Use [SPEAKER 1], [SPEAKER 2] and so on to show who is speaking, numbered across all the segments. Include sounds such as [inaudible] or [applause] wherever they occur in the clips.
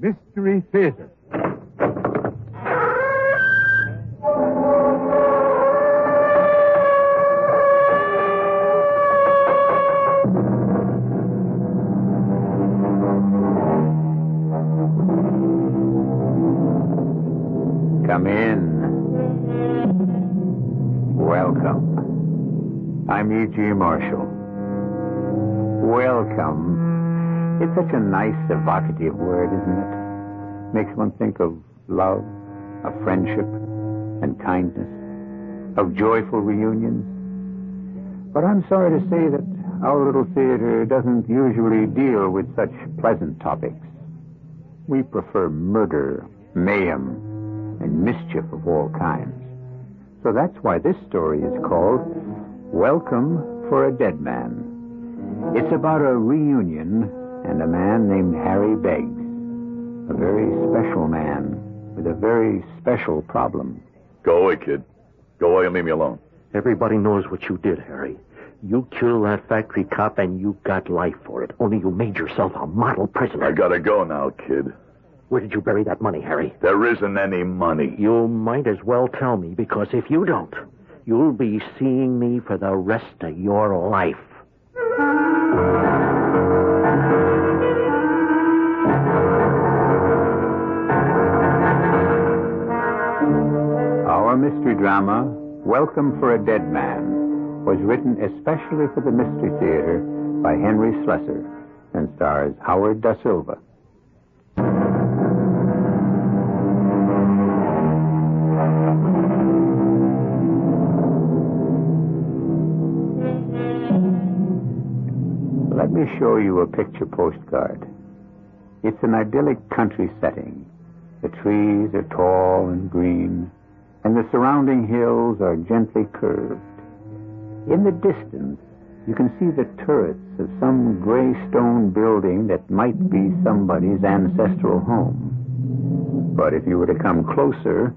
[SPEAKER 1] Mystery Theater.
[SPEAKER 2] Come in. Welcome. I'm E.G. Marshall. Welcome. It's such a nice, evocative word, isn't it? Makes one think of love, of friendship, and kindness, of joyful reunions. But I'm sorry to say that our little theater doesn't usually deal with such pleasant topics. We prefer murder, mayhem, and mischief of all kinds. So that's why this story is called Welcome for a Dead Man. It's about a reunion and a man named Harry Beggs, a very special man with a very special problem.
[SPEAKER 3] Go away, kid. Go away and leave me alone.
[SPEAKER 4] Everybody knows what you did, Harry. You killed that factory cop and you got life for it. Only you made yourself a model prisoner.
[SPEAKER 3] I gotta go now, kid.
[SPEAKER 4] Where did you bury that money, Harry?
[SPEAKER 3] There isn't any money.
[SPEAKER 4] You might as well tell me because if you don't, you'll be seeing me for the rest of your life.
[SPEAKER 2] Our mystery drama, Welcome for a Dead Man, was written especially for the Mystery Theater by Henry Slessor and stars Howard Da Silva. Let me show you a picture postcard. It's an idyllic country setting. The trees are tall and green, and the surrounding hills are gently curved. In the distance, you can see the turrets of some gray stone building that might be somebody's ancestral home. But if you were to come closer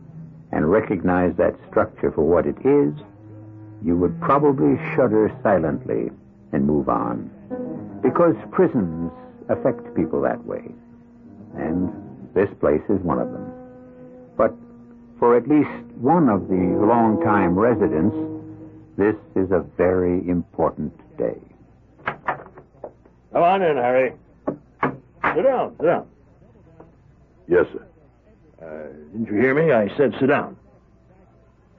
[SPEAKER 2] and recognize that structure for what it is, you would probably shudder silently and move on. Because prisons affect people that way. And this place is one of them. But for at least one of the longtime residents, this is a very important day.
[SPEAKER 5] Come on in, Harry. Sit down, sit down.
[SPEAKER 3] Yes, sir.
[SPEAKER 5] Uh, Didn't you hear me? I said sit down.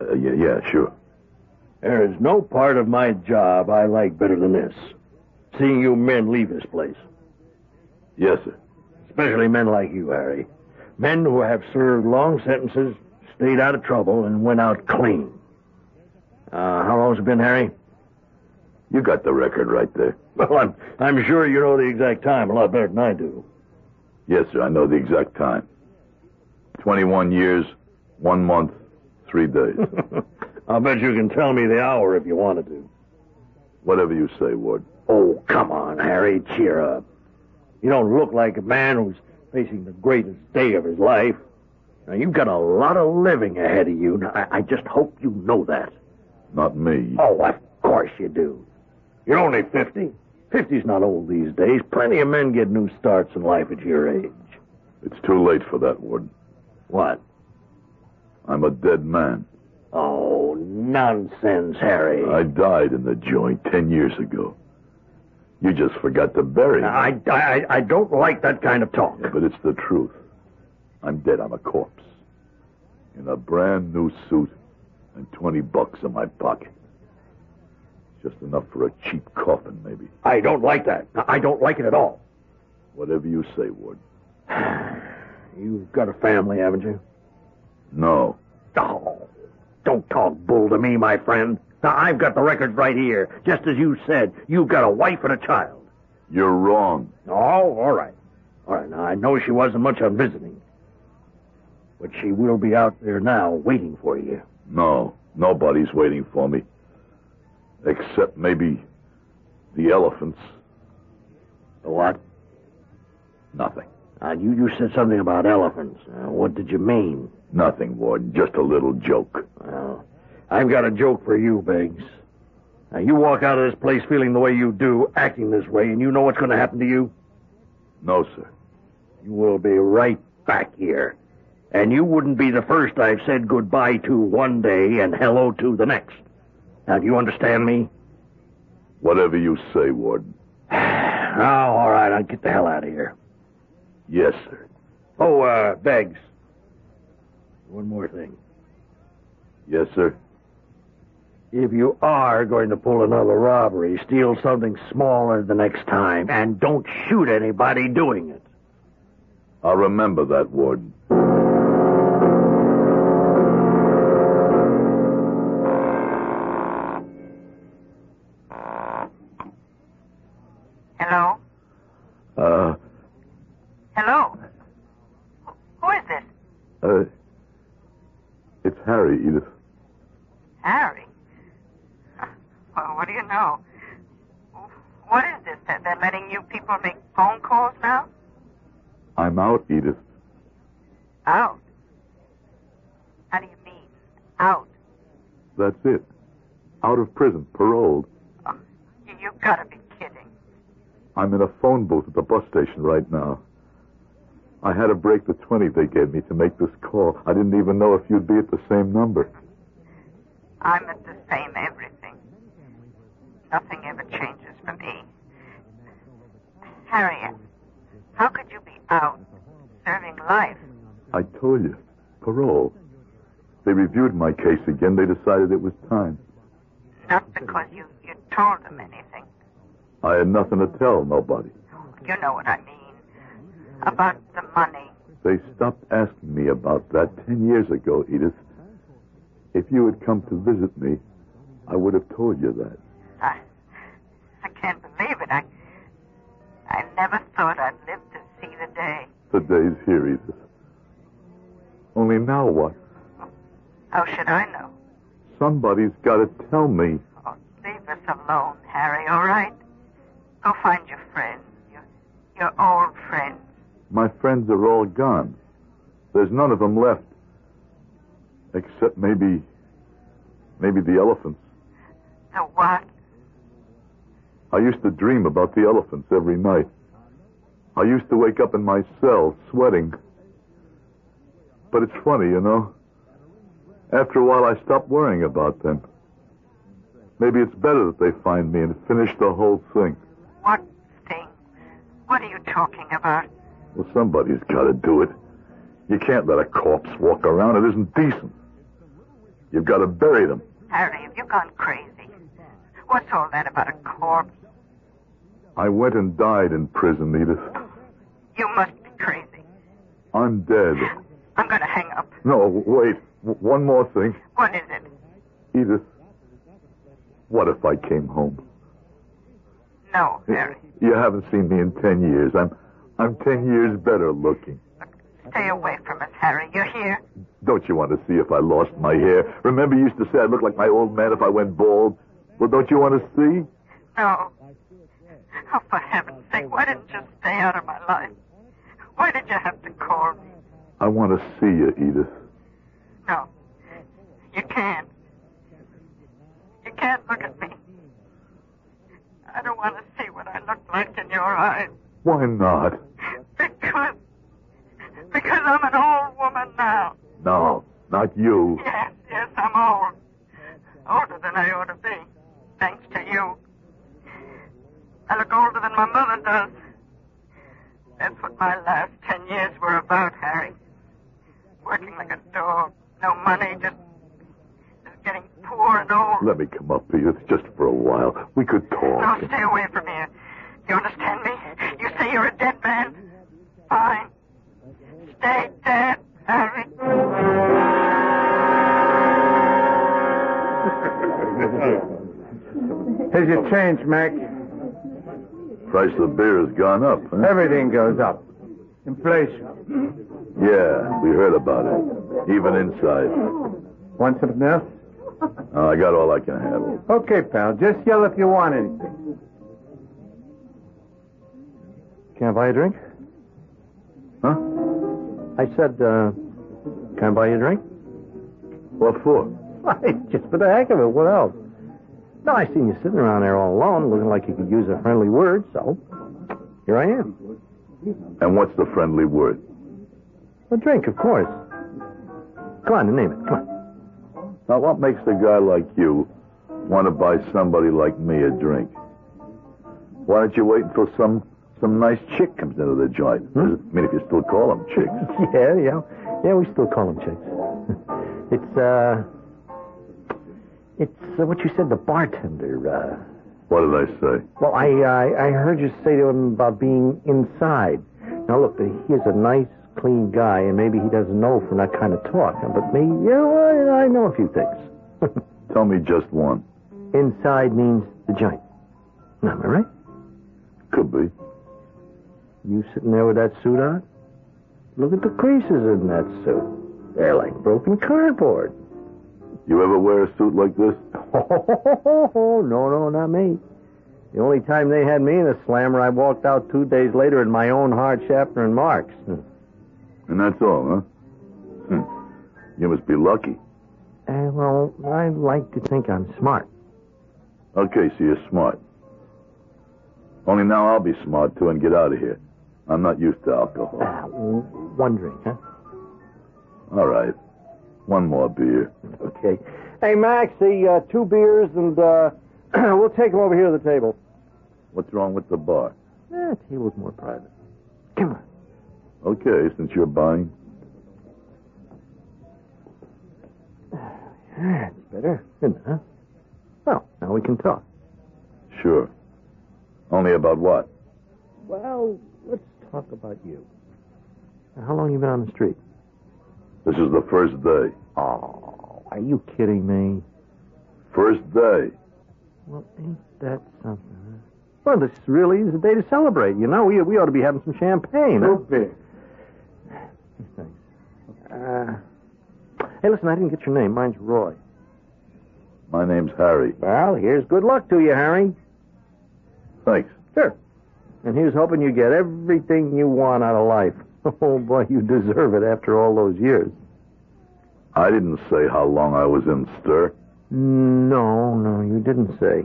[SPEAKER 3] Uh, yeah, yeah, sure.
[SPEAKER 5] There is no part of my job I like better than this. Seeing you men leave this place.
[SPEAKER 3] Yes, sir.
[SPEAKER 5] Especially men like you, Harry. Men who have served long sentences, stayed out of trouble, and went out clean. Uh, how long's it been, Harry? [laughs]
[SPEAKER 3] You got the record right there.
[SPEAKER 5] Well, I'm, I'm sure you know the exact time a lot better than I do. [laughs]
[SPEAKER 3] Yes, sir. I know the exact time. 21 years, one month,
[SPEAKER 5] [laughs]
[SPEAKER 3] three days.
[SPEAKER 5] I'll bet you can tell me the hour if you wanted to.
[SPEAKER 3] Whatever you say, Ward.
[SPEAKER 5] Oh, come on, Harry, cheer up. You don't look like a man who's facing the greatest day of his life. Now, you've got a lot of living ahead of you. Now, I, I just hope you know that.
[SPEAKER 3] Not me.
[SPEAKER 5] Oh, of course you do. You're only 50. 50's not old these days. Plenty of men get new starts in life at your age.
[SPEAKER 3] It's too late for that, Ward.
[SPEAKER 5] What?
[SPEAKER 3] I'm a dead man.
[SPEAKER 5] Oh, nonsense, Harry.
[SPEAKER 3] I died in the joint ten years ago. You just forgot to bury me.
[SPEAKER 5] I, I, I don't like that kind of talk.
[SPEAKER 3] But it's the truth. I'm dead. I'm a corpse. In a brand new suit and 20 bucks in my pocket. Just enough for a cheap coffin, maybe.
[SPEAKER 5] I don't like that. I don't like it at all.
[SPEAKER 3] Whatever you say, Ward.
[SPEAKER 5] You've got a family, haven't you?
[SPEAKER 3] No.
[SPEAKER 5] Oh, don't talk bull to me, my friend. Now, I've got the records right here. Just as you said, you've got a wife and a child.
[SPEAKER 3] You're wrong.
[SPEAKER 5] Oh, all right. All right, now, I know she wasn't much on visiting. But she will be out there now waiting for you.
[SPEAKER 3] No. Nobody's waiting for me. Except maybe the elephants.
[SPEAKER 5] What?
[SPEAKER 3] Nothing.
[SPEAKER 5] Now, Uh, you, you said something about elephants. Now, what did you mean?
[SPEAKER 3] Nothing, Ward. Just a little joke.
[SPEAKER 5] Well, I've got a joke for you, Beggs. Now, you walk out of this place feeling the way you do, acting this way, and you know what's going to happen to you?
[SPEAKER 3] No, sir.
[SPEAKER 5] You will be right back here. And you wouldn't be the first I've said goodbye to one day and hello to the next. Now, do you understand me?
[SPEAKER 3] Whatever you say, Warden.
[SPEAKER 5] Oh, all right, I'll get the hell out of here.
[SPEAKER 3] Yes, sir.
[SPEAKER 5] Oh, uh, Beggs. One more thing.
[SPEAKER 3] Yes, sir.
[SPEAKER 5] If you are going to pull another robbery, steal something smaller the next time, and don't shoot anybody doing it.
[SPEAKER 3] I'll remember that, Warden.
[SPEAKER 1] Hello?
[SPEAKER 3] Uh,
[SPEAKER 1] Hello? Who is this?
[SPEAKER 3] uh, it's Harry, Edith.
[SPEAKER 1] Harry? Well, what do you know? What is this? That they're letting you people make phone calls now?
[SPEAKER 3] I'm out, Edith.
[SPEAKER 1] Out? How do you mean? Out?
[SPEAKER 3] That's it. Out of prison, paroled.
[SPEAKER 1] Oh, you- you gotta be kidding.
[SPEAKER 3] I'm in a phone booth at the bus station right now. I had to break the 20 they gave me to make this call. I didn't even know if you'd be at the same number.
[SPEAKER 1] I'm at the same everything. Nothing ever changes for me. Harriet, how could you be out serving life?
[SPEAKER 3] I told you, parole. They reviewed my case again. They decided it was time.
[SPEAKER 1] Not because you, you told them anything.
[SPEAKER 3] I had nothing to tell nobody.
[SPEAKER 1] You know what I mean. About the money.
[SPEAKER 3] They stopped asking me about that ten years ago, Edith. If you had come to visit me, I would have told you that.
[SPEAKER 1] I, I can't believe it. I, I never thought I'd live to see the day.
[SPEAKER 3] The day's here, Edith. Only now what?
[SPEAKER 1] How should I know?
[SPEAKER 3] Somebody's got to tell me.
[SPEAKER 1] Oh, leave us alone, Harry, all right? Go find your friends, your, your old friends.
[SPEAKER 3] My friends are all gone. There's none of them left. Except maybe. maybe the elephants.
[SPEAKER 1] The what?
[SPEAKER 3] I used to dream about the elephants every night. I used to wake up in my cell sweating. But it's funny, you know. After a while, I stopped worrying about them. Maybe it's better that they find me and finish the whole thing.
[SPEAKER 1] What thing? What are you talking about?
[SPEAKER 3] Well, somebody's got to do it. You can't let a corpse walk around. It isn't decent. You've got to bury them.
[SPEAKER 1] Harry, have you gone crazy? What's all that about a corpse?
[SPEAKER 3] I went and died in prison, Edith.
[SPEAKER 1] You must be crazy.
[SPEAKER 3] I'm dead.
[SPEAKER 1] I'm going to hang up.
[SPEAKER 3] No, wait. W- one more thing.
[SPEAKER 1] What is it?
[SPEAKER 3] Edith, what if I came home?
[SPEAKER 1] No, Harry.
[SPEAKER 3] You haven't seen me in ten years. I'm, I'm ten years better looking.
[SPEAKER 1] Stay away from us, Harry. You're here.
[SPEAKER 3] Don't you want to see if I lost my hair? Remember, you used to say I'd look like my old man if I went bald. Well, don't you want to see?
[SPEAKER 1] No. Oh, for heaven's sake, why didn't you stay out of my life? Why did you have to call me?
[SPEAKER 3] I want to see you, Edith.
[SPEAKER 1] No. You can't. You can't look at me. I don't want to see what I look like in your eyes.
[SPEAKER 3] Why not?
[SPEAKER 1] Because. Because I'm an old woman now.
[SPEAKER 3] No, not you.
[SPEAKER 1] Yes, yes, I'm old. Older than I ought to be, thanks to you. I look older than my mother does. That's what my last ten years were about, Harry. Working like a dog, no money, just, just getting poor and old.
[SPEAKER 3] Let me come up, Edith, just for a while. We could
[SPEAKER 1] No,
[SPEAKER 3] talk.
[SPEAKER 1] stay away from here. You understand me? You say you're a dead man? Fine. Stay dead, Harry.
[SPEAKER 6] Here's your change, Mac.
[SPEAKER 3] Price of the beer has gone up. Huh?
[SPEAKER 6] Everything goes up. Inflation.
[SPEAKER 3] Yeah, we heard about it. Even inside.
[SPEAKER 6] Want something else?
[SPEAKER 3] Uh, I got all I can handle.
[SPEAKER 6] Okay, pal. Just yell if you want anything.
[SPEAKER 5] Can I buy a drink?
[SPEAKER 3] Huh?
[SPEAKER 5] I said, uh, can I buy you a [laughs] drink?
[SPEAKER 3] What for?
[SPEAKER 5] just for the heck of it, what else? No, I seen you sitting around there all alone, looking like you could use a friendly word, so here I am.
[SPEAKER 3] And what's the friendly word?
[SPEAKER 7] A drink, of course. Come on, name it. Come on.
[SPEAKER 3] Now, what makes a guy like you want to buy somebody like me a drink? Why don't you wait until some some nice chick comes into the joint? I mean, if you still call them chicks.
[SPEAKER 5] [laughs] Yeah, yeah. Yeah, we still call them chicks. [laughs] It's, uh. It's uh, what you said, the bartender. Uh,
[SPEAKER 3] What did I say?
[SPEAKER 5] well, I, uh, I I heard you say to him about being inside. Now, look, he is a nice, clean guy, and maybe he doesn't know from that kind of talk. But me, yeah, well, I know a few things.
[SPEAKER 3] Tell me just one.
[SPEAKER 5] inside means the joint. Am I right?
[SPEAKER 3] Could be.
[SPEAKER 5] You sitting there with that suit on? Look at the creases in that suit. They're like broken cardboard.
[SPEAKER 3] You ever wear a suit like this?
[SPEAKER 5] Oh, no, no, not me. The only time they had me in a slammer, I walked out two days later in my own hard Shapner and Marks. Eh,
[SPEAKER 3] And that's all, huh? Hmm. You must be lucky.
[SPEAKER 5] Eh, well, I like to think I'm smart.
[SPEAKER 3] Okay, so you're smart. Only now I'll be smart too and get out of here. I'm not used to alcohol.
[SPEAKER 5] Ah, w- wondering, huh?
[SPEAKER 3] All right. One more beer.
[SPEAKER 5] Okay. Hey, Maxie, uh, two beers, and uh, [clears throat] we'll take them over here to the table.
[SPEAKER 3] What's wrong with the bar?
[SPEAKER 5] Eh, table's more private. Come on.
[SPEAKER 3] Okay, since you're buying.
[SPEAKER 5] That's better, isn't it, huh? Well, now we can talk.
[SPEAKER 3] Sure. Only about what?
[SPEAKER 5] Well, let's talk about you. How long you been on the street?
[SPEAKER 3] This is the first day.
[SPEAKER 5] Oh, are you kidding me?
[SPEAKER 3] First day.
[SPEAKER 5] Well, ain't that something? huh? Well, this really is a day to celebrate. You know, we, we ought to be having some champagne. huh?
[SPEAKER 8] Two beers.
[SPEAKER 5] Uh, hey, listen, I didn't get your name. Mine's Roy.
[SPEAKER 3] My name's Harry.
[SPEAKER 5] Well, here's good luck to you, Harry.
[SPEAKER 3] Thanks.
[SPEAKER 5] Sure. And here's hoping you get everything you want out of life. [laughs] Oh, boy, you deserve it after all those years.
[SPEAKER 3] I didn't say how long I was in stir.
[SPEAKER 5] No, no, you didn't say.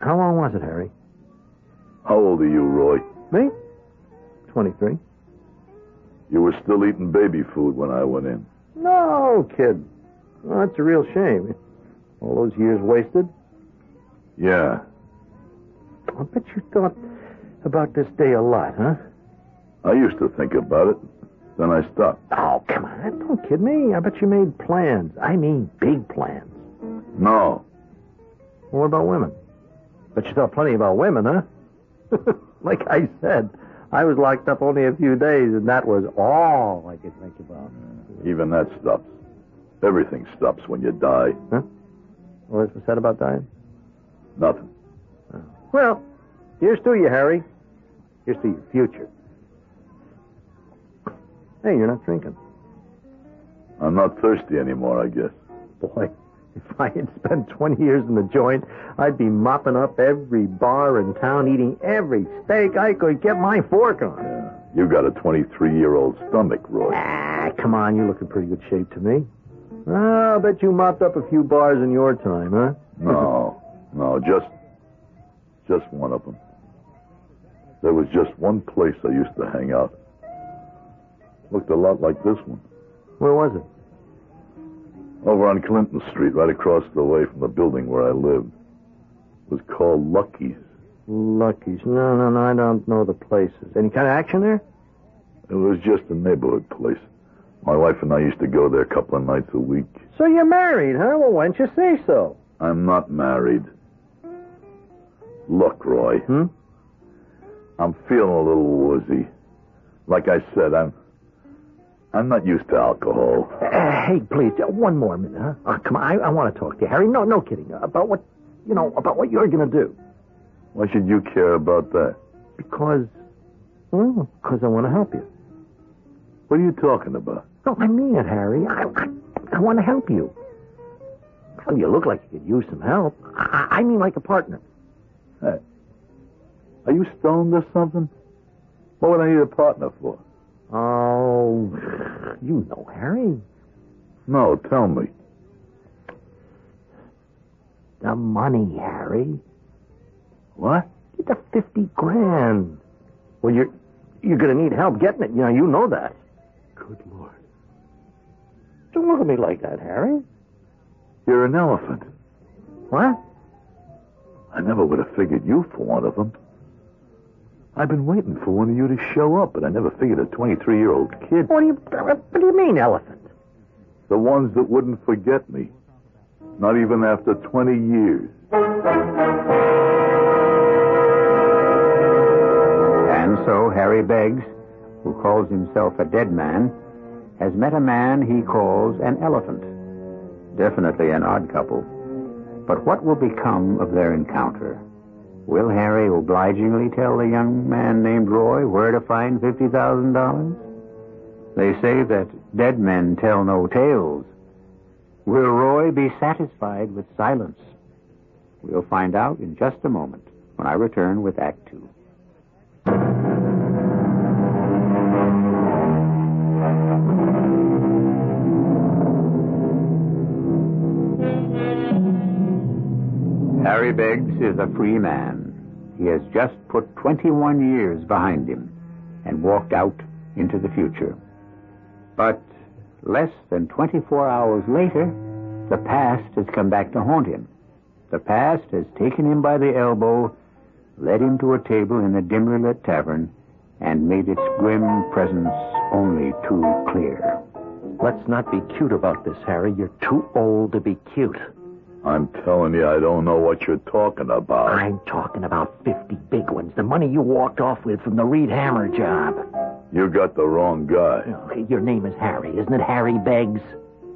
[SPEAKER 5] How long was it, Harry?
[SPEAKER 3] How old are you, Roy?
[SPEAKER 5] Me? 23.
[SPEAKER 3] You were still eating baby food when I went in.
[SPEAKER 5] No, kid. Well, that's a real shame. All those years wasted.
[SPEAKER 3] Yeah.
[SPEAKER 5] I bet you thought about this day a lot, huh?
[SPEAKER 3] I used to think about it. Then I stopped.
[SPEAKER 5] Oh, come on. Don't kid me. I bet you made plans. I mean, big plans.
[SPEAKER 3] No.
[SPEAKER 5] What about women? Bet you thought plenty about women, huh? [laughs] like I said, I was locked up only a few days, and that was all I could think about.
[SPEAKER 3] Even that stops. Everything stops when you die.
[SPEAKER 5] What was said about dying?
[SPEAKER 3] Nothing.
[SPEAKER 5] Well, here's to you, Harry. Here's to your future. Hey, you're not drinking.
[SPEAKER 3] I'm not thirsty anymore, I guess.
[SPEAKER 5] Boy, if I had spent 20 years in the joint, I'd be mopping up every bar in town, eating every steak I could get my fork on.
[SPEAKER 3] You got a 23 year old stomach, Roy.
[SPEAKER 5] Ah, come on, you look in pretty good shape to me. Ah, I'll bet you mopped up a few bars in your time, huh?
[SPEAKER 3] [laughs] No. No, just. Just one of them. There was just one place I used to hang out. Looked a lot like this one.
[SPEAKER 5] Where was it?
[SPEAKER 3] Over on Clinton Street, right across the way from the building where I lived. It was called Lucky's.
[SPEAKER 5] Lucky's. No, no, no, I don't know the places. Any kind of action there?
[SPEAKER 3] It was just a neighborhood place. My wife and I used to go there a couple of nights a week.
[SPEAKER 5] So you're married, huh? Well, why don't you say so? [sighs]
[SPEAKER 3] I'm not married. Look, Roy.
[SPEAKER 5] Hmm?
[SPEAKER 3] I'm feeling a little woozy. Like I said, I'm I'm not used to alcohol.
[SPEAKER 5] Uh, hey, please, uh, one more minute, huh? Ah, come on, I, I want to talk to you, Harry. No, no kidding. About what, you know, about what you're going to do.
[SPEAKER 3] Why should you care about that?
[SPEAKER 5] Because, well, because I want to help you.
[SPEAKER 3] What are you talking about?
[SPEAKER 5] No, I mean it, Harry. I, I, I want to help you. Well, you look like you could use some help. I, I mean like a partner.
[SPEAKER 3] Are you stoned or something? What would I need a partner for?
[SPEAKER 5] Oh, you know, Harry.
[SPEAKER 3] No, tell me.
[SPEAKER 5] The money, Harry.
[SPEAKER 3] What?
[SPEAKER 5] Get the 50 grand. Well, you're,
[SPEAKER 4] You're going to need help getting it. You know, you know that.
[SPEAKER 3] Good Lord.
[SPEAKER 4] Don't look at me like that, Harry.
[SPEAKER 3] You're an elephant.
[SPEAKER 4] What?
[SPEAKER 3] I never would have figured you for one of them. I've been waiting for one of you to show up, but I never figured a 23 year old kid.
[SPEAKER 4] What do you What do you mean, elephant?
[SPEAKER 3] The ones that wouldn't forget me. Not even after 20 years.
[SPEAKER 2] And so Harry Beggs, who calls himself a dead man, has met a man he calls an elephant. Definitely an odd couple. But what will become of their encounter? Will Harry obligingly tell the young man named Roy where to find $50,000? They say that dead men tell no tales. Will Roy be satisfied with silence? We'll find out in just a moment when I return with Act Two. Harry Beggs is a free man. He has just put 21 years behind him and walked out into the future. But less than 24 hours later, the past has come back to haunt him. The past has taken him by the elbow, led him to a table in a dimly lit tavern, and made its grim presence only too clear.
[SPEAKER 4] Let's not be cute about this, Harry. You're too old to be cute.
[SPEAKER 3] I'm telling you, I don't know what you're talking about.
[SPEAKER 5] I'm talking about 50 big ones. The money you walked off with from the Reed Hammer job.
[SPEAKER 3] You got the wrong guy.
[SPEAKER 5] Okay, your name is Harry, isn't it? Harry Beggs.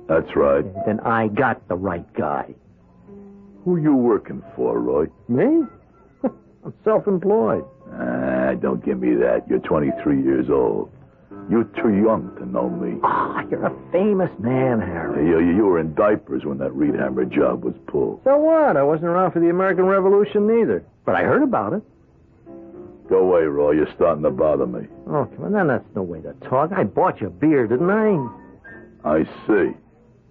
[SPEAKER 3] That's right.
[SPEAKER 5] Then I got the right guy.
[SPEAKER 3] Who you working for, Roy?
[SPEAKER 4] Me? [laughs] I'm self-employed.
[SPEAKER 3] Ah, don't give me that. You're 23 years old. You're too young to know me.
[SPEAKER 5] Ah, you're a famous man, Harry.
[SPEAKER 3] You, you were in diapers when that Reed Hammer job was pulled.
[SPEAKER 4] So what? I wasn't around for the American Revolution neither. But I heard about it.
[SPEAKER 3] Go away, Roy. You're starting to bother me.
[SPEAKER 4] Oh, come on. Now, that's no way to talk. I bought you a beer, didn't I?
[SPEAKER 3] I see.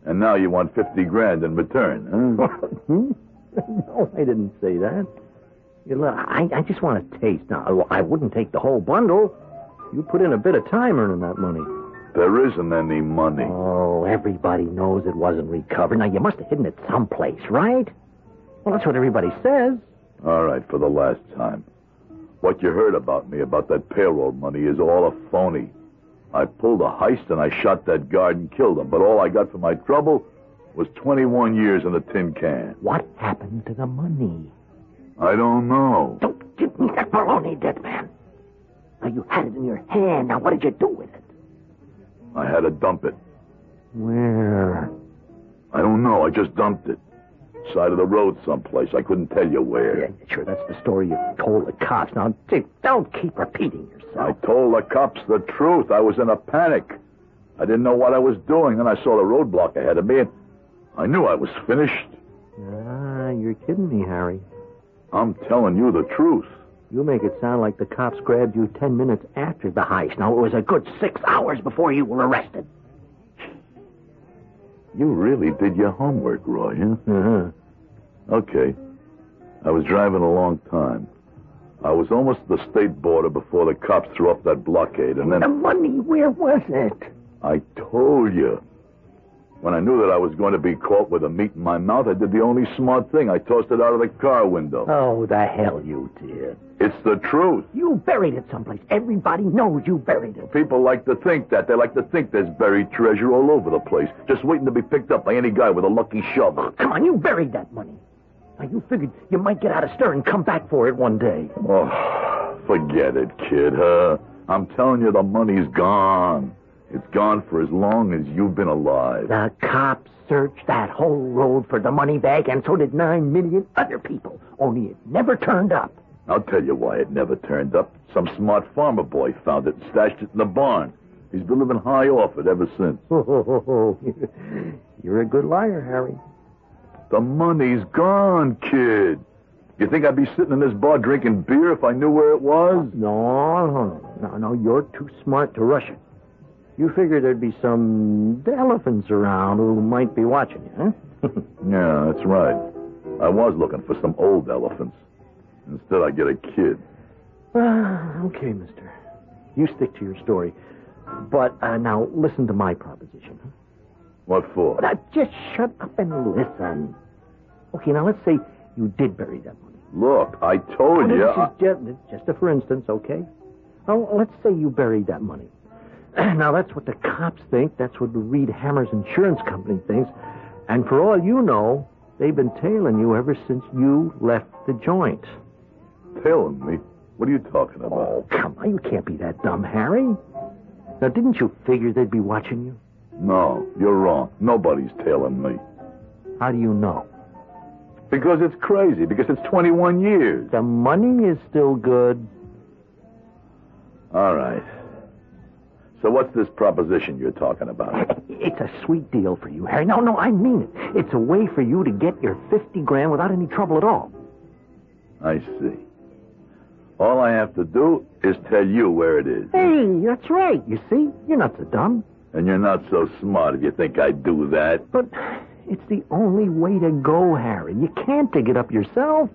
[SPEAKER 3] And now you want 50 grand in return, huh?
[SPEAKER 4] Hmm?
[SPEAKER 5] [laughs]
[SPEAKER 4] no, I didn't say that. You look, I, I just want a taste. Now,
[SPEAKER 5] oh,
[SPEAKER 4] look, I wouldn't take the whole bundle. You put in a bit of time earning that money.
[SPEAKER 3] There isn't any money.
[SPEAKER 5] Oh, everybody knows it wasn't recovered. Now, you must have hidden it someplace, right? Well, that's what everybody says.
[SPEAKER 3] All right, for the last time. What you heard about me about that payroll money is all a phony. I pulled a heist and I shot that guard and killed him, but all I got for my trouble was 21 years in a tin can.
[SPEAKER 5] What happened to the money?
[SPEAKER 3] I don't know.
[SPEAKER 5] Don't give me that baloney, dead man. Now, you had it in your hand. Now, what did you do with it?
[SPEAKER 3] I had to dump it.
[SPEAKER 4] Where?
[SPEAKER 3] I don't know. I just dumped it. Side of the road someplace. I couldn't tell you where.
[SPEAKER 5] Sure, that's the story you told the cops. Now, Dick, don't keep repeating
[SPEAKER 3] I
[SPEAKER 5] yourself.
[SPEAKER 3] told the cops the truth. I was in a panic. I didn't know what I was doing. Then I saw the roadblock ahead of me and I knew I was finished.
[SPEAKER 4] Ah, you're kidding me, Harry.
[SPEAKER 3] I'm telling you the truth.
[SPEAKER 4] You make it sound like the cops grabbed you ten minutes after the heist.
[SPEAKER 5] Now, it was a good six hours before you were arrested.
[SPEAKER 3] You really did your homework, Roy, huh?
[SPEAKER 5] Mm-hmm.
[SPEAKER 4] Uh-huh.
[SPEAKER 3] Okay. I was driving a long time. I was almost at the state border before the cops threw up that blockade, and
[SPEAKER 5] The
[SPEAKER 3] then
[SPEAKER 5] money, where was it?
[SPEAKER 3] I told you. When I knew that I was going to be caught with a meat in my mouth, I did the only smart thing. I tossed it out of the car window.
[SPEAKER 5] Oh, the hell you did.
[SPEAKER 3] It's the truth.
[SPEAKER 5] You buried it someplace. Everybody knows you buried it.
[SPEAKER 3] People like to think that. They like to think there's buried treasure all over the place, just waiting to be picked up by any guy with a lucky shovel.
[SPEAKER 5] Come on, you buried that money. Now, you figured you might get out of stir and come back for it one day.
[SPEAKER 3] Oh, forget it, kid, huh? I'm telling you, the money's gone. It's gone for as long as you've been alive.
[SPEAKER 5] The cops searched that whole road for the money bag, and so did nine million other people. Only it never turned up. [laughs]
[SPEAKER 3] I'll tell you why it never turned up. Some smart farmer boy found it and stashed it in the barn. He's been living high off it ever since.
[SPEAKER 4] you're a good liar, Harry.
[SPEAKER 3] The money's gone, kid. You think I'd be sitting in this bar drinking beer if I knew where it was?
[SPEAKER 4] No, no, no, no, no. You're too smart to rush it. You figured there'd be some elephants around who might be watching you, huh?
[SPEAKER 3] Yeah, that's right. I was looking for some old elephants. Instead, I get a kid.
[SPEAKER 4] Ah, okay, mister.
[SPEAKER 5] You stick to your story. But uh, now listen to my proposition. huh?
[SPEAKER 3] What for?
[SPEAKER 5] Now just shut up and listen. Okay, now let's say you did bury that money.
[SPEAKER 3] Look, I told
[SPEAKER 5] Now,
[SPEAKER 3] you.
[SPEAKER 5] This
[SPEAKER 3] I-
[SPEAKER 5] is just, just a for instance, okay? Now, let's say you buried that money. [clears throat] Now, that's what the cops think. That's what the Reed Hammers Insurance Company thinks. And for all you know, they've been tailing you ever since you left the joint.
[SPEAKER 3] Tailing me? What are you talking about?
[SPEAKER 5] Oh, come on. You can't be that dumb, Harry. Now, didn't you figure they'd be watching you?
[SPEAKER 3] No, you're wrong. Nobody's tailing me.
[SPEAKER 5] How do you know?
[SPEAKER 3] Because it's crazy. Because it's 21 years.
[SPEAKER 5] The money is still good. [laughs]
[SPEAKER 3] All right. So what's this proposition you're talking about? [laughs]
[SPEAKER 5] It's a sweet deal for you, Harry. No, no, I mean it. It's a way for you to get your 50 grand without any trouble at all.
[SPEAKER 3] I see. All I have to do is tell you where it is.
[SPEAKER 5] Hey, that's right. You see? You're not so dumb.
[SPEAKER 3] And you're not so smart if you think I do that.
[SPEAKER 5] But it's the only way to go, Harry. You can't dig it up yourself.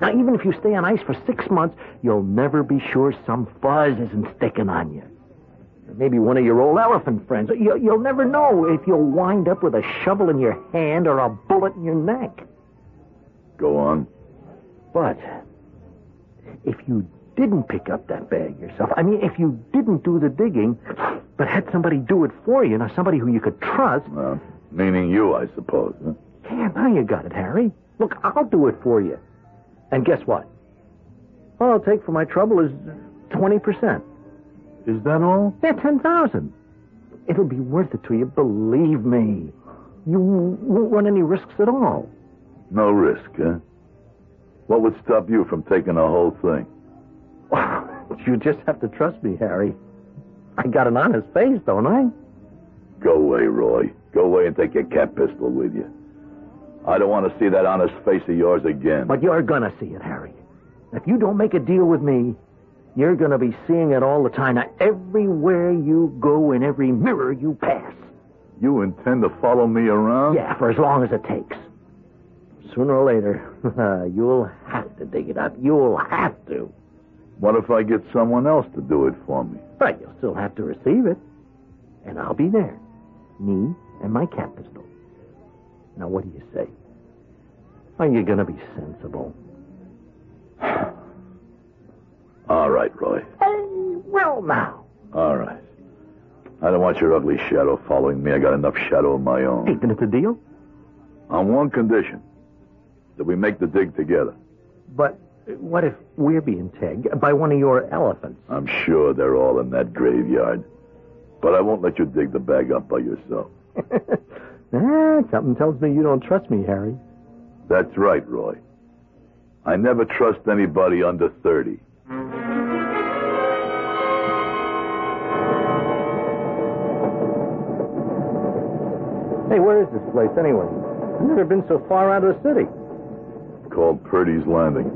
[SPEAKER 5] Now, even if you stay on ice for six months, you'll never be sure some fuzz isn't sticking on you. Or Maybe one of your old elephant friends. You, you'll never know if you'll wind up with a shovel in your hand or a bullet in your neck.
[SPEAKER 3] Go on.
[SPEAKER 5] But if you didn't pick up that bag yourself, I mean, if you didn't do the digging, but had somebody do it for you, now somebody who you could trust,
[SPEAKER 3] Uh, meaning you, I suppose. Huh?
[SPEAKER 5] Yeah, now you got it, Harry. Look, I'll do it for you. And guess what? All I'll take for my trouble is 20%.
[SPEAKER 3] Is that all?
[SPEAKER 5] Yeah, 10000 It'll be worth it to you, believe me. You won't run any risks at all.
[SPEAKER 3] No risk, huh? What would stop you from taking the whole thing?
[SPEAKER 5] you just have to trust me, Harry. I got an honest face, don't I?
[SPEAKER 3] Go away, Roy. Go away and take your cat pistol with you. I don't want to see that honest face of yours again.
[SPEAKER 5] But you're gonna see it, Harry. If you don't make a deal with me, you're gonna be seeing it all the time. Now, everywhere you go, in every mirror you pass.
[SPEAKER 3] You intend to follow me around?
[SPEAKER 5] Yeah, for as long as it takes. Sooner or later, [laughs] you'll have to dig it up. You'll have to.
[SPEAKER 3] What if I get someone else to do it for me?
[SPEAKER 5] But you'll still have to receive it. And I'll be there. Me and my cat pistol. Now, what do you say? Are you going to be sensible?
[SPEAKER 3] All right, Roy.
[SPEAKER 5] Hey, well, now.
[SPEAKER 3] All right. I don't want your ugly shadow following me. I got enough shadow of my own.
[SPEAKER 5] Ain't it a deal?
[SPEAKER 3] On one condition that we make the dig together.
[SPEAKER 5] But what if we're being tagged by one of your elephants? [laughs]
[SPEAKER 3] I'm sure they're all in that graveyard. But I won't let you dig the bag up by yourself.
[SPEAKER 5] Ah, something tells me you don't trust me, Harry.
[SPEAKER 3] That's right, Roy. I never trust anybody under 30.
[SPEAKER 5] Hey, where is this place anyway? I've never been so far out of the city.
[SPEAKER 3] Called Purdy's Landing.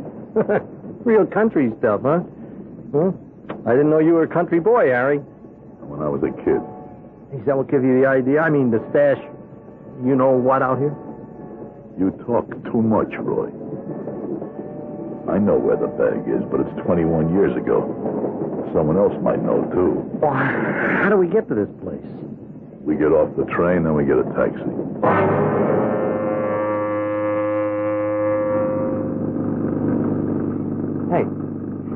[SPEAKER 5] Real country stuff, huh? Hmm? I didn't know you were a country boy, Harry.
[SPEAKER 3] When I was a kid.
[SPEAKER 5] Is that what give you the idea? I mean, the stash. You know what out here?
[SPEAKER 3] You talk too much, Roy. I know where the bag is, but it's 21 years ago. Someone else might know, too.
[SPEAKER 5] Well, how do we get to this place?
[SPEAKER 3] We get off the train, then we get a taxi.
[SPEAKER 5] Hey,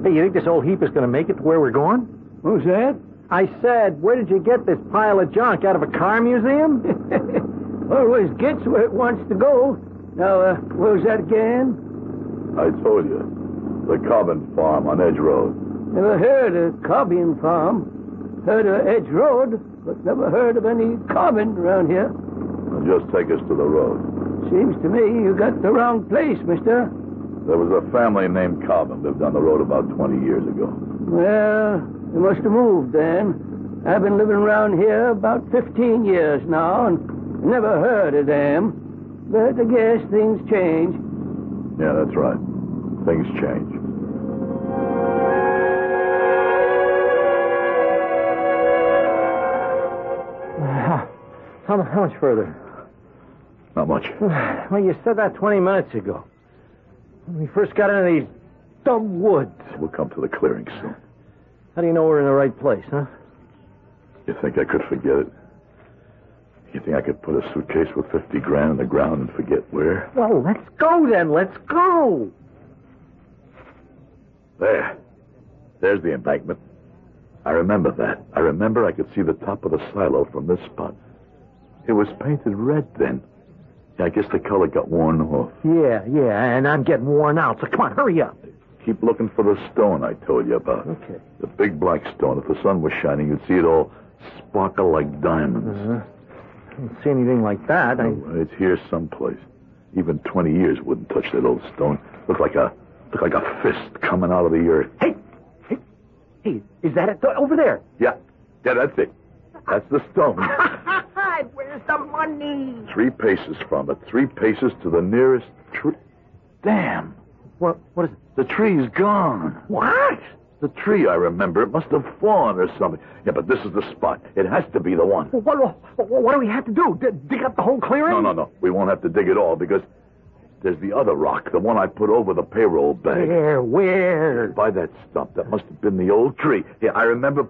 [SPEAKER 5] hey, you think this old heap is going to make it to where we're going?
[SPEAKER 6] Who's that?
[SPEAKER 5] I said, where did you get this pile of junk out of a car [laughs] museum? Always gets where it wants to go. Now, uh, where was that again?
[SPEAKER 3] I told you. The Cobbin Farm on Edge Road.
[SPEAKER 5] Never heard of Cobbin Farm. Heard of Edge Road, but never heard of any Cobbin around here.
[SPEAKER 3] Now just take us to the road.
[SPEAKER 5] Seems to me you got the wrong place, mister.
[SPEAKER 3] There was a family named Cobbin lived on the road about 20 years ago.
[SPEAKER 5] Well, you must have moved then. I've been living around here about 15 years now and never heard of them. But I guess things change.
[SPEAKER 3] Yeah, that's right. Things change.
[SPEAKER 5] [sighs] How, how much further? [sighs]
[SPEAKER 3] Not much.
[SPEAKER 5] Well, you said that 20 minutes ago. When we first got into these dumb woods.
[SPEAKER 3] We'll come to the clearing soon.
[SPEAKER 4] How do you know we're in the right place, huh?
[SPEAKER 3] You think I could forget it? You think I could put a suitcase with 50 grand in the ground and forget where?
[SPEAKER 4] Well, let's go then. Let's go.
[SPEAKER 3] There. There's the embankment. I remember that. I remember I could see the top of the silo from this spot. It was painted red then. I guess the color got worn off.
[SPEAKER 4] Yeah, yeah, and I'm getting worn out, so come on, hurry up.
[SPEAKER 3] Keep looking for the stone I told you about.
[SPEAKER 4] Okay.
[SPEAKER 3] The big black stone. If the sun was shining, you'd see it all sparkle like diamonds.
[SPEAKER 4] I don't see anything like that. I...
[SPEAKER 3] Oh, It's here someplace. Even 20 years wouldn't touch that old stone. Looked like a looked like a fist coming out of the earth.
[SPEAKER 4] Hey, hey, hey, is that it? Th- Over there.
[SPEAKER 3] Yeah, yeah, that's it. That's the stone.
[SPEAKER 1] Where's the money?
[SPEAKER 3] three paces from it. Three paces to the nearest tree. Damn,
[SPEAKER 4] What? What is it?
[SPEAKER 3] the tree's gone.
[SPEAKER 4] What?
[SPEAKER 3] The tree, I remember. It must have fallen or something. Yeah, but this is the spot. It has to be the one.
[SPEAKER 4] What, what, what do we have to do? D- dig up the whole clearing?
[SPEAKER 3] No, no, no. We won't have to dig at all because there's the other rock, the one I put over the payroll bag.
[SPEAKER 4] Where? Where?
[SPEAKER 3] By that stump, that must have been the old tree. Yeah, I remember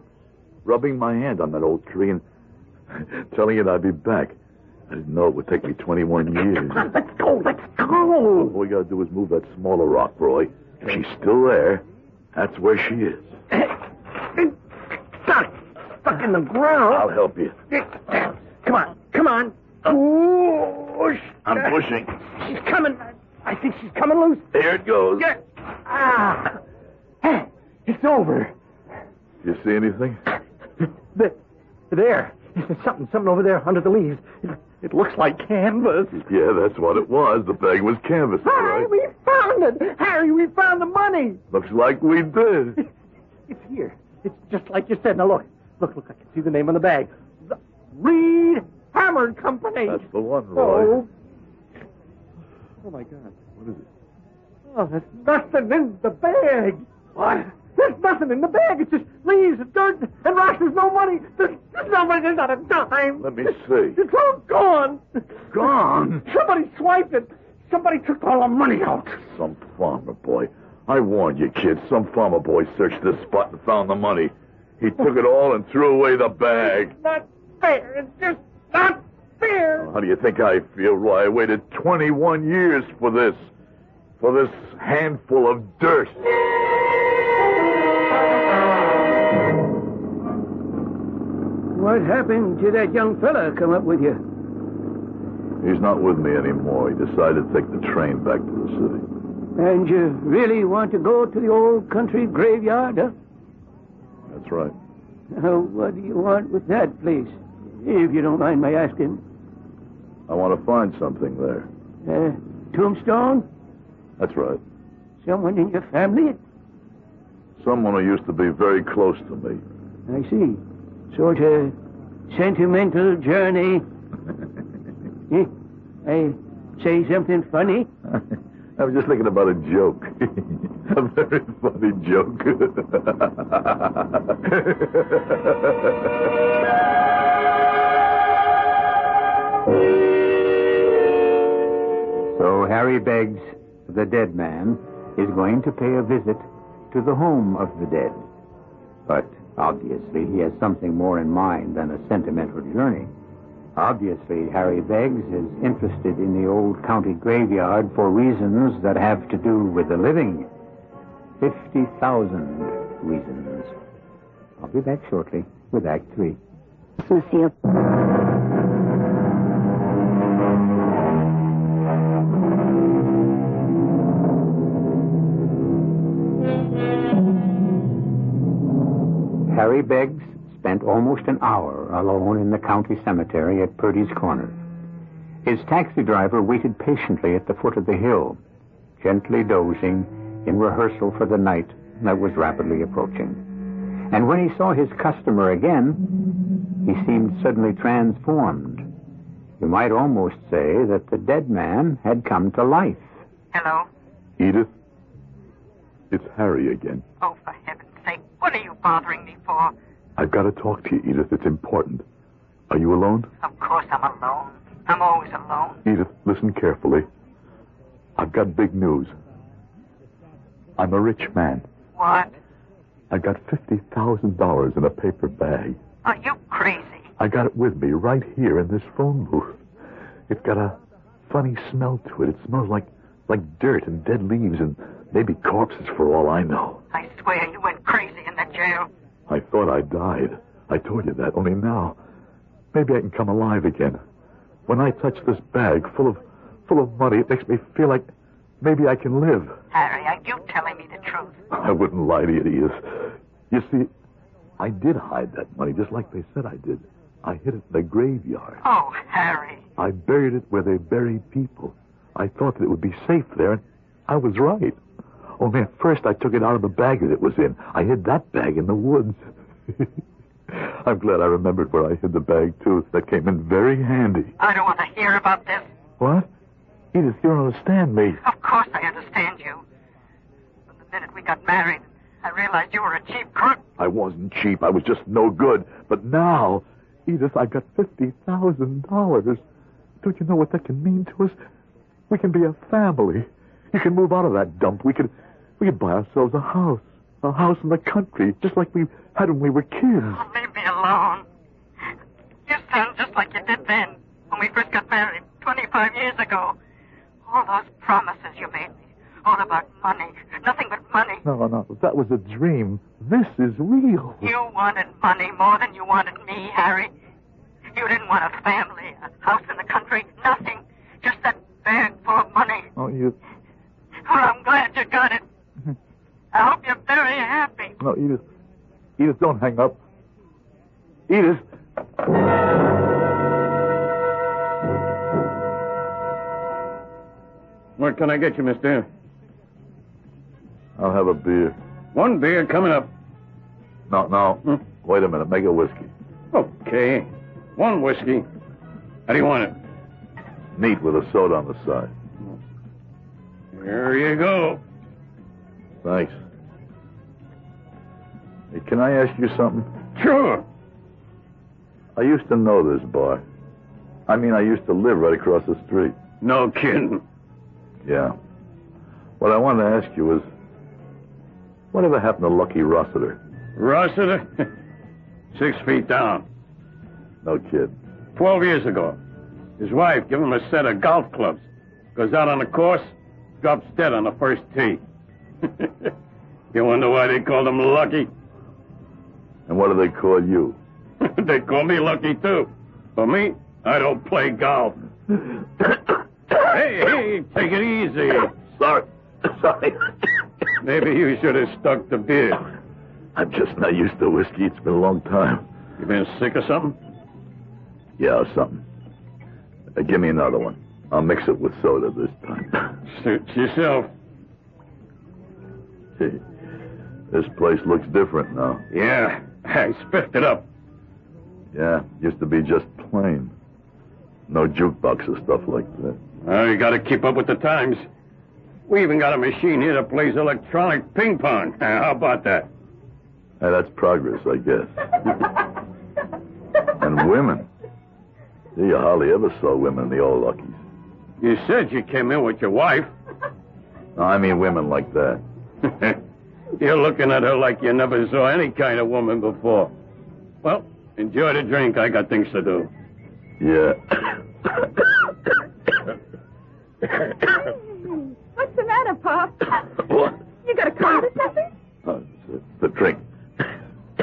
[SPEAKER 3] rubbing my hand on that old tree and [laughs] telling it I'd be back. I didn't know it would take me 21 years.
[SPEAKER 4] Let's go, let's go.
[SPEAKER 3] All we gotta do is move that smaller rock, Roy. If she's still there, that's where she is.
[SPEAKER 4] Stuck. Stuck in the ground.
[SPEAKER 3] I'll help you.
[SPEAKER 4] Come on, come on. Ooh,
[SPEAKER 3] I'm pushing.
[SPEAKER 4] she's coming. I think she's coming loose.
[SPEAKER 3] There it goes.
[SPEAKER 4] Ah. Hey, it's over.
[SPEAKER 3] You see anything?
[SPEAKER 4] The, there. There's something, something over there under the leaves. It, it looks like canvas.
[SPEAKER 3] Yeah, that's what it was. The bag was canvas, all
[SPEAKER 4] Harry,
[SPEAKER 3] right?
[SPEAKER 4] we found it. Harry, we found the money.
[SPEAKER 3] Looks like we did.
[SPEAKER 4] It's here. It's just like you said. Now look, look, look. I can see the name on the bag. The Reed Hammer Company.
[SPEAKER 3] That's the one, Roy.
[SPEAKER 4] oh. Oh my God. What is it? Oh, there's nothing in the bag. What? There's nothing in the bag. It's just leaves and dirt and rocks. There's no money. There's, there's no money. There's not a dime.
[SPEAKER 3] Let me see.
[SPEAKER 4] It's all gone.
[SPEAKER 3] Gone.
[SPEAKER 4] Somebody swiped it. Somebody took all the money out.
[SPEAKER 3] Some farmer boy. I warned you, kid. Some farmer boy searched this spot and found the money. He took it all and threw away the bag.
[SPEAKER 4] Not fair. It's just not fair.
[SPEAKER 3] How do you think I feel, Roy? I waited 21 years for this. For this handful of dirt.
[SPEAKER 5] What happened to that young fella come up with you?
[SPEAKER 3] He's not with me anymore. He decided to take the train back to the city.
[SPEAKER 5] And you really want to go to the old country graveyard, huh?
[SPEAKER 3] That's right.
[SPEAKER 5] Now, what do you want with that place, if you don't mind my asking?
[SPEAKER 3] I want to find something there.
[SPEAKER 5] Uh, tombstone?
[SPEAKER 3] That's right.
[SPEAKER 5] Someone in your family?
[SPEAKER 3] Someone who used to be very close to me.
[SPEAKER 5] I see. Sort of sentimental journey. Eh, I say something funny?
[SPEAKER 3] [laughs] I was just thinking about a joke. [laughs] a very funny joke. [laughs]
[SPEAKER 2] So Harry Beggs, the dead man, is going to pay a visit to the home of the dead. But obviously, he has something more in mind than a sentimental journey. Obviously, Harry Beggs is interested in the old county graveyard for reasons that have to do with the living. 50,000 reasons. I'll be back shortly with Act Three.
[SPEAKER 9] Lucille.
[SPEAKER 2] Harry Beggs spent almost an hour alone in the county cemetery at Purdy's Corner. His taxi driver waited patiently at the foot of the hill, gently dozing in rehearsal for the night that was rapidly approaching. And when he saw his customer again, he seemed suddenly transformed. You might almost say that the dead man had come to life.
[SPEAKER 1] Hello?
[SPEAKER 3] Edith, it's Harry again.
[SPEAKER 1] Oh, for heaven's sake, what are you bothering me for?
[SPEAKER 3] I've got to talk to you, Edith. It's important. Are you alone?
[SPEAKER 1] Of course I'm alone. I'm always alone.
[SPEAKER 3] Edith, listen carefully. I've got big news. I'm a rich man.
[SPEAKER 1] What?
[SPEAKER 3] I got $50,000 in a paper bag.
[SPEAKER 1] Are you crazy?
[SPEAKER 3] I got it with me right here in this phone booth. It's got a funny smell to it. It smells like like dirt and dead leaves and maybe corpses for all I know.
[SPEAKER 1] I swear you went crazy in that jail.
[SPEAKER 3] I thought I died. I told you that only now. Maybe I can come alive again. When I touch this bag full of full of money, it makes me feel like maybe I can live.
[SPEAKER 1] Harry, are you telling me the truth?
[SPEAKER 3] I wouldn't lie to you, Edith. You see, I did hide that money just like they said I did. I hid it in the graveyard.
[SPEAKER 1] Oh, Harry.
[SPEAKER 3] I buried it where they bury people. I thought that it would be safe there, and I was right. Only at first I took it out of the bag that it was in. I hid that bag in the woods. [laughs] I'm glad I remembered where I hid the bag, too. That came in very handy.
[SPEAKER 1] I don't want to hear about this.
[SPEAKER 3] What? Edith, you don't understand me.
[SPEAKER 1] Of course I understand you. From the minute we got married, I realized you were a cheap crook.
[SPEAKER 3] I wasn't cheap. I was just no good. But now, Edith, I got $50,000. Don't you know what that can mean to us? We can be a family. You can move out of that dump. We could, we could buy ourselves a house. A house in the country, just like we had when we were kids.
[SPEAKER 1] Oh, leave me alone. You sound just like you did then, when we first got married 25 years ago. All those promises you made me, all about money, nothing but money.
[SPEAKER 3] No, no, that was a dream. This is real.
[SPEAKER 1] You wanted money more than you wanted me, Harry. You didn't want a family, a house in the country, nothing. Just that bag full of money.
[SPEAKER 3] Oh, you,
[SPEAKER 1] Well, I'm glad you got it. I hope you're very happy.
[SPEAKER 3] no, Edith, Edith, don't hang up. Edith.
[SPEAKER 10] What can I get you, mister?
[SPEAKER 3] I'll have a beer.
[SPEAKER 10] One beer coming up.
[SPEAKER 3] No, no. Wait a minute. Make a whiskey.
[SPEAKER 10] Okay. One whiskey. How do you want it?
[SPEAKER 3] Neat with a soda on the side.
[SPEAKER 10] Here you go.
[SPEAKER 3] Thanks. Hey, can I ask you something?
[SPEAKER 10] Sure.
[SPEAKER 3] I used to know this bar. I mean, I used to live right across the street.
[SPEAKER 10] No kidding.
[SPEAKER 3] Yeah. What I wanted to ask you was, whatever happened to Lucky Rossiter?
[SPEAKER 10] Rossiter? [laughs] Six feet down.
[SPEAKER 3] No kid.
[SPEAKER 10] Twelve years ago. His wife gave him a set of golf clubs. Goes out on the course, drops dead on the first tee. [laughs] you wonder why they called him Lucky? [laughs]
[SPEAKER 3] And what do they call you?
[SPEAKER 10] they call me Lucky, too. For me, I don't play golf. [coughs] hey, hey, take it easy.
[SPEAKER 3] Sorry. [coughs] Sorry.
[SPEAKER 10] Maybe you should have stuck to beer.
[SPEAKER 3] I'm just not used to whiskey. It's been a long time.
[SPEAKER 10] You been sick or something?
[SPEAKER 3] Yeah, or something. Uh, give me another one. I'll mix it with soda this time. [laughs]
[SPEAKER 10] Suits yourself.
[SPEAKER 3] Gee, this place looks different now.
[SPEAKER 10] Yeah, [laughs] I spiffed it up.
[SPEAKER 3] Yeah, used to be just plain. No jukebox or stuff like that.
[SPEAKER 10] Well, you gotta keep up with the times. We even got a machine here that plays electronic ping pong. [laughs] Now, How about that?
[SPEAKER 3] Hey, that's progress, I guess. and women. Gee, you hardly ever saw women in the old Luckies.
[SPEAKER 10] You said you came in with your wife. [laughs]
[SPEAKER 3] No, I mean women like that.
[SPEAKER 10] You're looking at her like you never saw any kind of woman before. Well, enjoy the drink. I got things to do.
[SPEAKER 3] Yeah. [coughs]
[SPEAKER 11] What's the matter, Pop?
[SPEAKER 3] what?
[SPEAKER 11] You got a cold or something?
[SPEAKER 3] Oh, it's the drink. [coughs]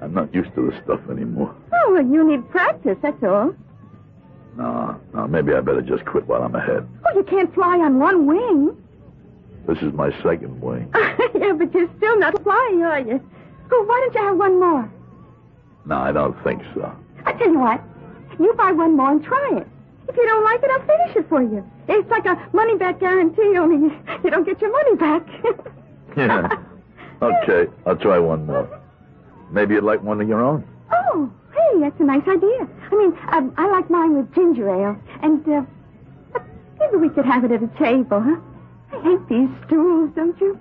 [SPEAKER 3] I'm not used to this stuff anymore.
[SPEAKER 11] Oh, well, you need practice, that's all.
[SPEAKER 3] No, no, maybe I better just quit while I'm ahead.
[SPEAKER 11] Oh, you can't fly on one wing. [laughs]
[SPEAKER 3] This is my second wing.
[SPEAKER 11] yeah, but you're still not flying, are you? Oh, why don't you have one more?
[SPEAKER 3] No, I don't think so. [laughs]
[SPEAKER 11] I tell you what, you buy one more and try it. If you don't like it, I'll finish it for you. It's like a money back guarantee, only [laughs] you- you don't get your money back. [laughs]
[SPEAKER 3] Yeah. Okay, I'll try one more. Maybe you'd like one of your own.
[SPEAKER 11] Oh, hey, that's a nice idea. I mean, um, I like mine with ginger ale, and uh, maybe we could have it at a table, huh? I hate these stools, don't you?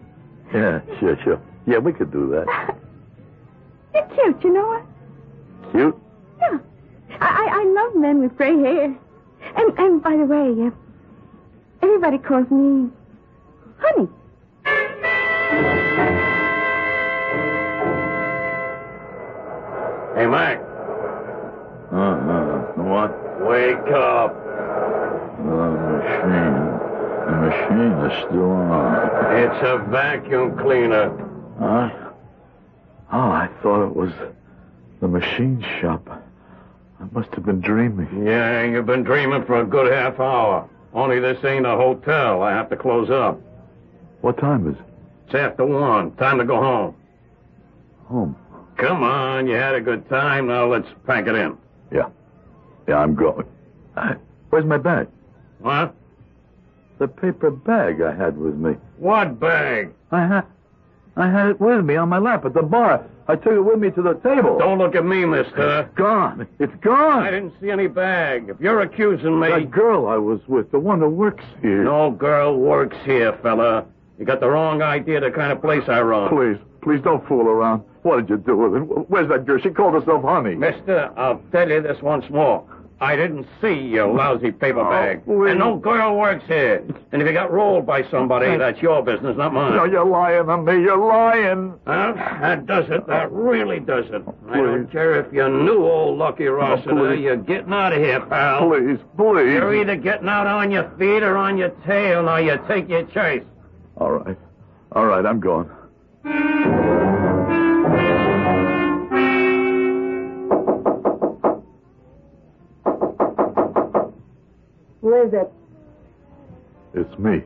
[SPEAKER 3] Yeah, sure, sure. Yeah, we could do that.
[SPEAKER 11] They're cute, you know what?
[SPEAKER 3] Cute?
[SPEAKER 11] Yeah. I, I, I love men with gray hair. And, and by the way, uh, everybody calls me Honey.
[SPEAKER 10] Hey, Mac.
[SPEAKER 3] Uh-huh. What?
[SPEAKER 10] Wake up.
[SPEAKER 3] The machine. The machine is still on.
[SPEAKER 10] It's a vacuum cleaner.
[SPEAKER 3] Huh? Oh, I thought it was the machine shop. I must have been dreaming.
[SPEAKER 10] Yeah, you've been dreaming for a good half hour. Only this ain't a hotel. I have to close up.
[SPEAKER 3] What time is it?
[SPEAKER 10] It's after one. Time to go home.
[SPEAKER 3] Home.
[SPEAKER 10] Come on, you had a good time. Now let's pack it in.
[SPEAKER 3] Yeah. Yeah, I'm going. Hey, Where's my bag?
[SPEAKER 10] What?
[SPEAKER 3] The paper bag I had with me.
[SPEAKER 10] What bag?
[SPEAKER 3] I had, I had it with me on my lap at the bar. I took it with me to the table.
[SPEAKER 10] Don't look at me, mister.
[SPEAKER 3] It's gone. It's gone.
[SPEAKER 10] I didn't see any bag. If you're accusing
[SPEAKER 3] The
[SPEAKER 10] me.
[SPEAKER 3] girl I was with, the one who works here.
[SPEAKER 10] No girl works here, fella. You got the wrong idea the kind of place I run.
[SPEAKER 12] Please, please don't fool around. What did you do with it? Where's that girl? She called herself Honey.
[SPEAKER 10] Mister, I'll tell you this once more. I didn't see your lousy paper bag.
[SPEAKER 12] wait.
[SPEAKER 10] and no girl works here. And if you got rolled by somebody, that's your business, not mine.
[SPEAKER 12] No, you're lying on me. You're lying.
[SPEAKER 10] Huh? That does it. That really does it. I don't care if you knew old Lucky Rossiter.
[SPEAKER 12] please.
[SPEAKER 10] You're getting out of here, pal.
[SPEAKER 12] Please, please.
[SPEAKER 10] You're either getting out on your feet or on your tail. Now you take your choice.
[SPEAKER 12] All right. All right, I'm going.
[SPEAKER 11] Who is it?
[SPEAKER 12] It's me.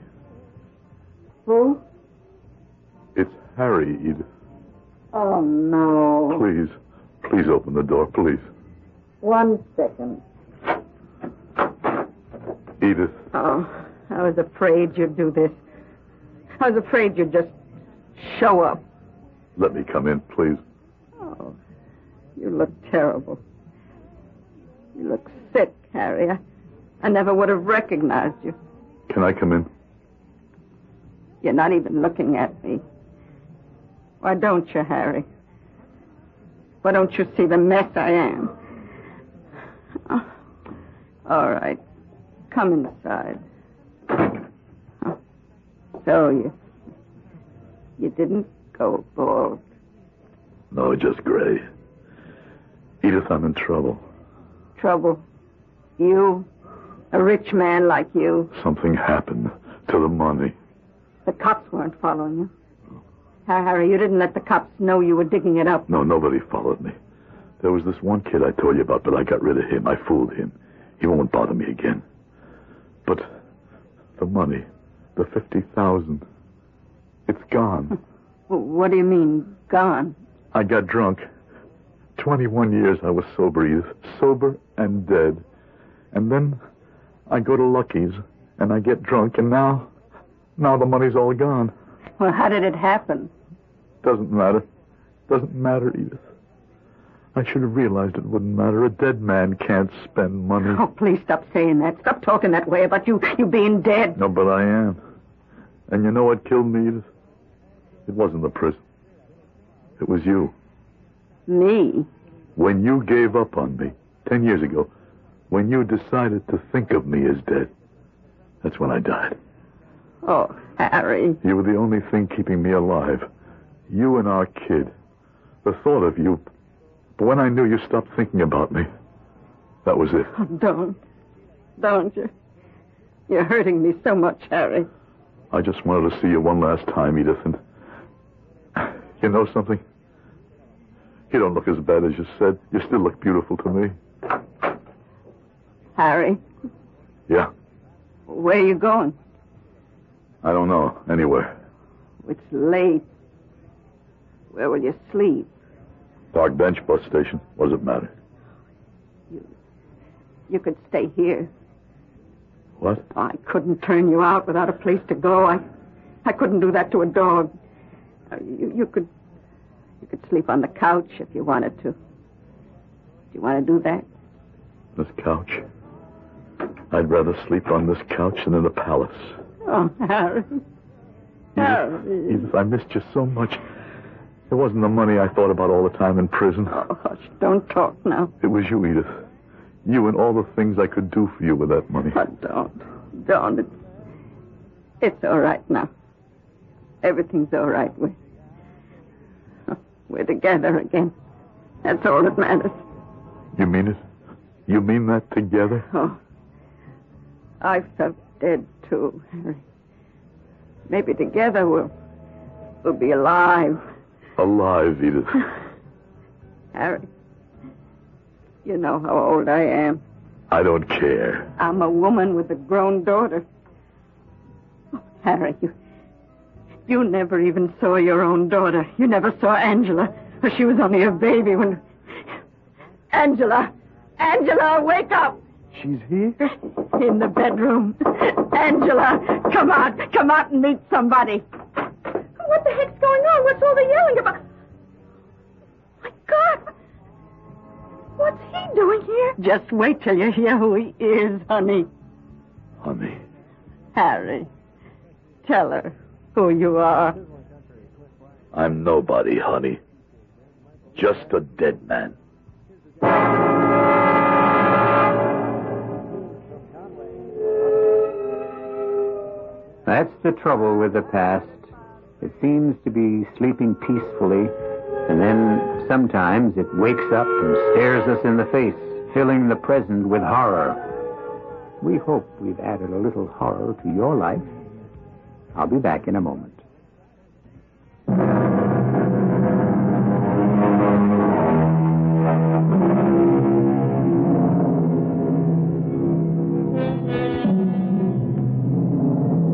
[SPEAKER 11] Who?
[SPEAKER 12] It's Harry, Edith.
[SPEAKER 11] Oh, no.
[SPEAKER 12] Please. Please open the door, please.
[SPEAKER 11] One second.
[SPEAKER 12] Edith,
[SPEAKER 11] Oh, I was afraid you'd do this. I was afraid you'd just show up.
[SPEAKER 12] let me come in, please.
[SPEAKER 11] Oh, you look terrible. You look sick, Harry. I, I never would have recognized you.
[SPEAKER 12] Can I come in?
[SPEAKER 11] You're not even looking at me. Why don't you, Harry? Why don't you see the mess I am? Oh, all right. Come inside. Oh, So you you didn't go bald.
[SPEAKER 3] No, just gray. Edith, I'm in trouble.
[SPEAKER 11] Trouble. You, a rich man like you,
[SPEAKER 3] Something happened to the money.
[SPEAKER 11] the cops weren't following you. Harry, you didn't let the cops know you were digging it up.
[SPEAKER 3] No, nobody followed me. There was this one kid I told you about, but I got rid of him. I fooled him. He won't bother me again. But the money, the 50,000, it's gone.
[SPEAKER 11] W- What do you mean, gone?
[SPEAKER 3] I got drunk. 21 years I was sober, Edith. Sober and dead. And then I go to Lucky's and I get drunk, and now, now the money's all gone.
[SPEAKER 11] Well, how did it happen?
[SPEAKER 3] Doesn't matter. Doesn't matter, Edith. I should have realized it wouldn't matter. A dead man can't spend
[SPEAKER 11] [laughs]
[SPEAKER 3] money.
[SPEAKER 11] Oh, please stop saying that. Stop talking that way about you you being dead.
[SPEAKER 3] No, but I am. And you know what killed me, Edith? It wasn't the prison. It was you.
[SPEAKER 11] Me.
[SPEAKER 3] When you gave up on me, ten years ago, when you decided to think of me as dead, that's when I died.
[SPEAKER 11] Oh, Harry.
[SPEAKER 3] You were the only thing keeping me alive. You and our kid. The thought of you. But when I knew you stopped thinking about me, that was it.
[SPEAKER 11] Oh, don't. Don't you? You're hurting me so much, Harry.
[SPEAKER 3] I just wanted to see you one last time, Edith, and [sighs] you know something? You don't look as bad as you said. You still look beautiful to me.
[SPEAKER 11] Harry,
[SPEAKER 3] Yeah,
[SPEAKER 11] where are you going?
[SPEAKER 3] I don't know. Anywhere.
[SPEAKER 11] It's late. Where will you sleep?
[SPEAKER 3] Park bench, bus station. What does it matter?
[SPEAKER 11] You could stay here.
[SPEAKER 3] What?
[SPEAKER 11] I couldn't turn you out without a place to go. I, I couldn't do that to a dog. Uh, You, you could, you could sleep on the couch if you wanted to. Do you want to do that?
[SPEAKER 3] This couch. I'd rather sleep on this couch than in the palace.
[SPEAKER 11] Oh, Harry. Harry.
[SPEAKER 3] Edith, I missed you so much. It wasn't the money I thought about all the time in prison.
[SPEAKER 11] Oh, hush, don't talk now.
[SPEAKER 3] It was you, Edith. You and all the things I could do for you with that money.
[SPEAKER 11] Oh, don't. Don't. It's, it's all right now. Everything's all right. We, we're together again. That's all that matters.
[SPEAKER 12] You mean it? You mean that together?
[SPEAKER 11] Oh. I felt dead too, Harry. Maybe together we'll we'll be alive.
[SPEAKER 12] Alive,
[SPEAKER 10] [laughs]
[SPEAKER 12] Edith.
[SPEAKER 11] Harry. You know how old I am.
[SPEAKER 12] I don't care.
[SPEAKER 11] I'm a woman with a grown daughter. Oh, Harry, you you never even saw your own daughter. You never saw Angela. For she was only a baby when Angela! Angela, wake up!
[SPEAKER 6] She's here?
[SPEAKER 11] In the bedroom. Angela, come out. Come out and meet somebody. What the heck's going on? What's all the yelling about? My God! What's he doing here? Just wait till you hear who he is, honey.
[SPEAKER 12] Honey.
[SPEAKER 11] Harry, tell her who you are.
[SPEAKER 12] I'm nobody, honey. Just a dead man.
[SPEAKER 2] That's the trouble with the past. It seems to be sleeping peacefully, and then sometimes it wakes up and stares us in the face, filling the present with horror. We hope we've added a little horror to your life. I'll be back in a moment.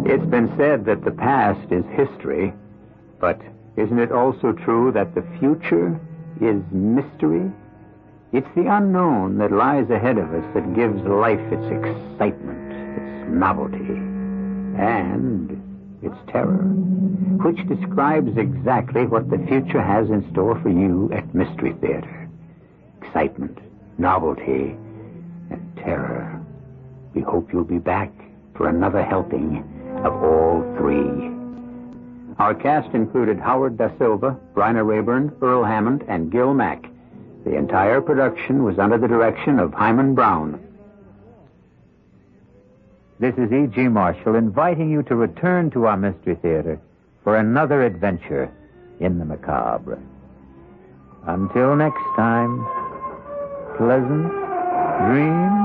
[SPEAKER 2] It's been said that the past is history, but isn't it also true that the future is mystery? It's the unknown that lies ahead of us that gives life its excitement, its novelty, and its terror, which describes exactly what the future has in store for you at Mystery Theater. Excitement, novelty, and terror. We hope you'll be back for another helping of all three. Our cast included Howard Da Silva, Bryna Rayburn, Earl Hammond, and Gil Mack. The entire production was under the direction of Hyman Brown.
[SPEAKER 13] This is E.G. Marshall inviting you to return to our Mystery Theater for another adventure in the macabre. Until next time, pleasant dreams.